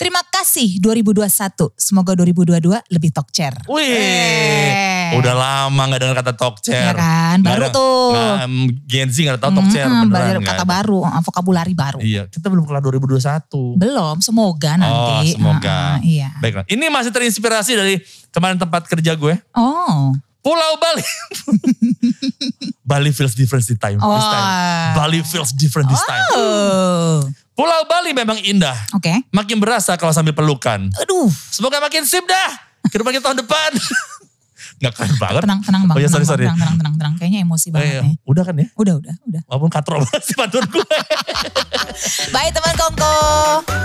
[SPEAKER 2] Terima kasih 2021. Semoga 2022 lebih tokcer.
[SPEAKER 3] Wih,
[SPEAKER 2] Eh.
[SPEAKER 3] udah lama gak dengar kata talk
[SPEAKER 2] Iya
[SPEAKER 3] chair.
[SPEAKER 2] kan,
[SPEAKER 3] Nggak
[SPEAKER 2] baru
[SPEAKER 3] ada-
[SPEAKER 2] tuh.
[SPEAKER 3] nggak, mm, Gen Z gak ada tau talk chair
[SPEAKER 2] Mm-mm, Hmm,
[SPEAKER 3] beneran.
[SPEAKER 2] belajar
[SPEAKER 3] nggak
[SPEAKER 2] kata
[SPEAKER 3] ada.
[SPEAKER 2] baru, uh, vokabulari baru.
[SPEAKER 3] Iya, kita belum kelar 2021.
[SPEAKER 2] Belum, semoga nanti.
[SPEAKER 3] Oh, semoga.
[SPEAKER 2] Uh-uh, iya.
[SPEAKER 3] Baiklah, ini masih terinspirasi dari kemarin tempat kerja gue.
[SPEAKER 2] Oh,
[SPEAKER 3] Pulau
[SPEAKER 2] [laughs]
[SPEAKER 3] Bali. Bali feels different this time. This time.
[SPEAKER 2] Oh.
[SPEAKER 3] Bali feels different this time.
[SPEAKER 2] oh.
[SPEAKER 3] Pulau Bali memang indah.
[SPEAKER 2] oke.
[SPEAKER 3] Makin berasa kalau sambil pelukan.
[SPEAKER 2] Aduh,
[SPEAKER 3] Semoga makin sip dah. Kehidupan kita tahun depan. Gak keren banget.
[SPEAKER 2] tenang, tenang bang.
[SPEAKER 3] Oh iya, sorry,
[SPEAKER 2] tenang,
[SPEAKER 3] sorry.
[SPEAKER 2] Bang, Tenang, tenang, tenang, tenang. Kayaknya emosi
[SPEAKER 3] Oh,
[SPEAKER 2] banget
[SPEAKER 3] iya.
[SPEAKER 2] nih.
[SPEAKER 3] Udah kan ya?
[SPEAKER 2] Udah, udah, udah.
[SPEAKER 3] [laughs] Walaupun katro banget sih pantun gue.
[SPEAKER 2] Bye teman Kongko.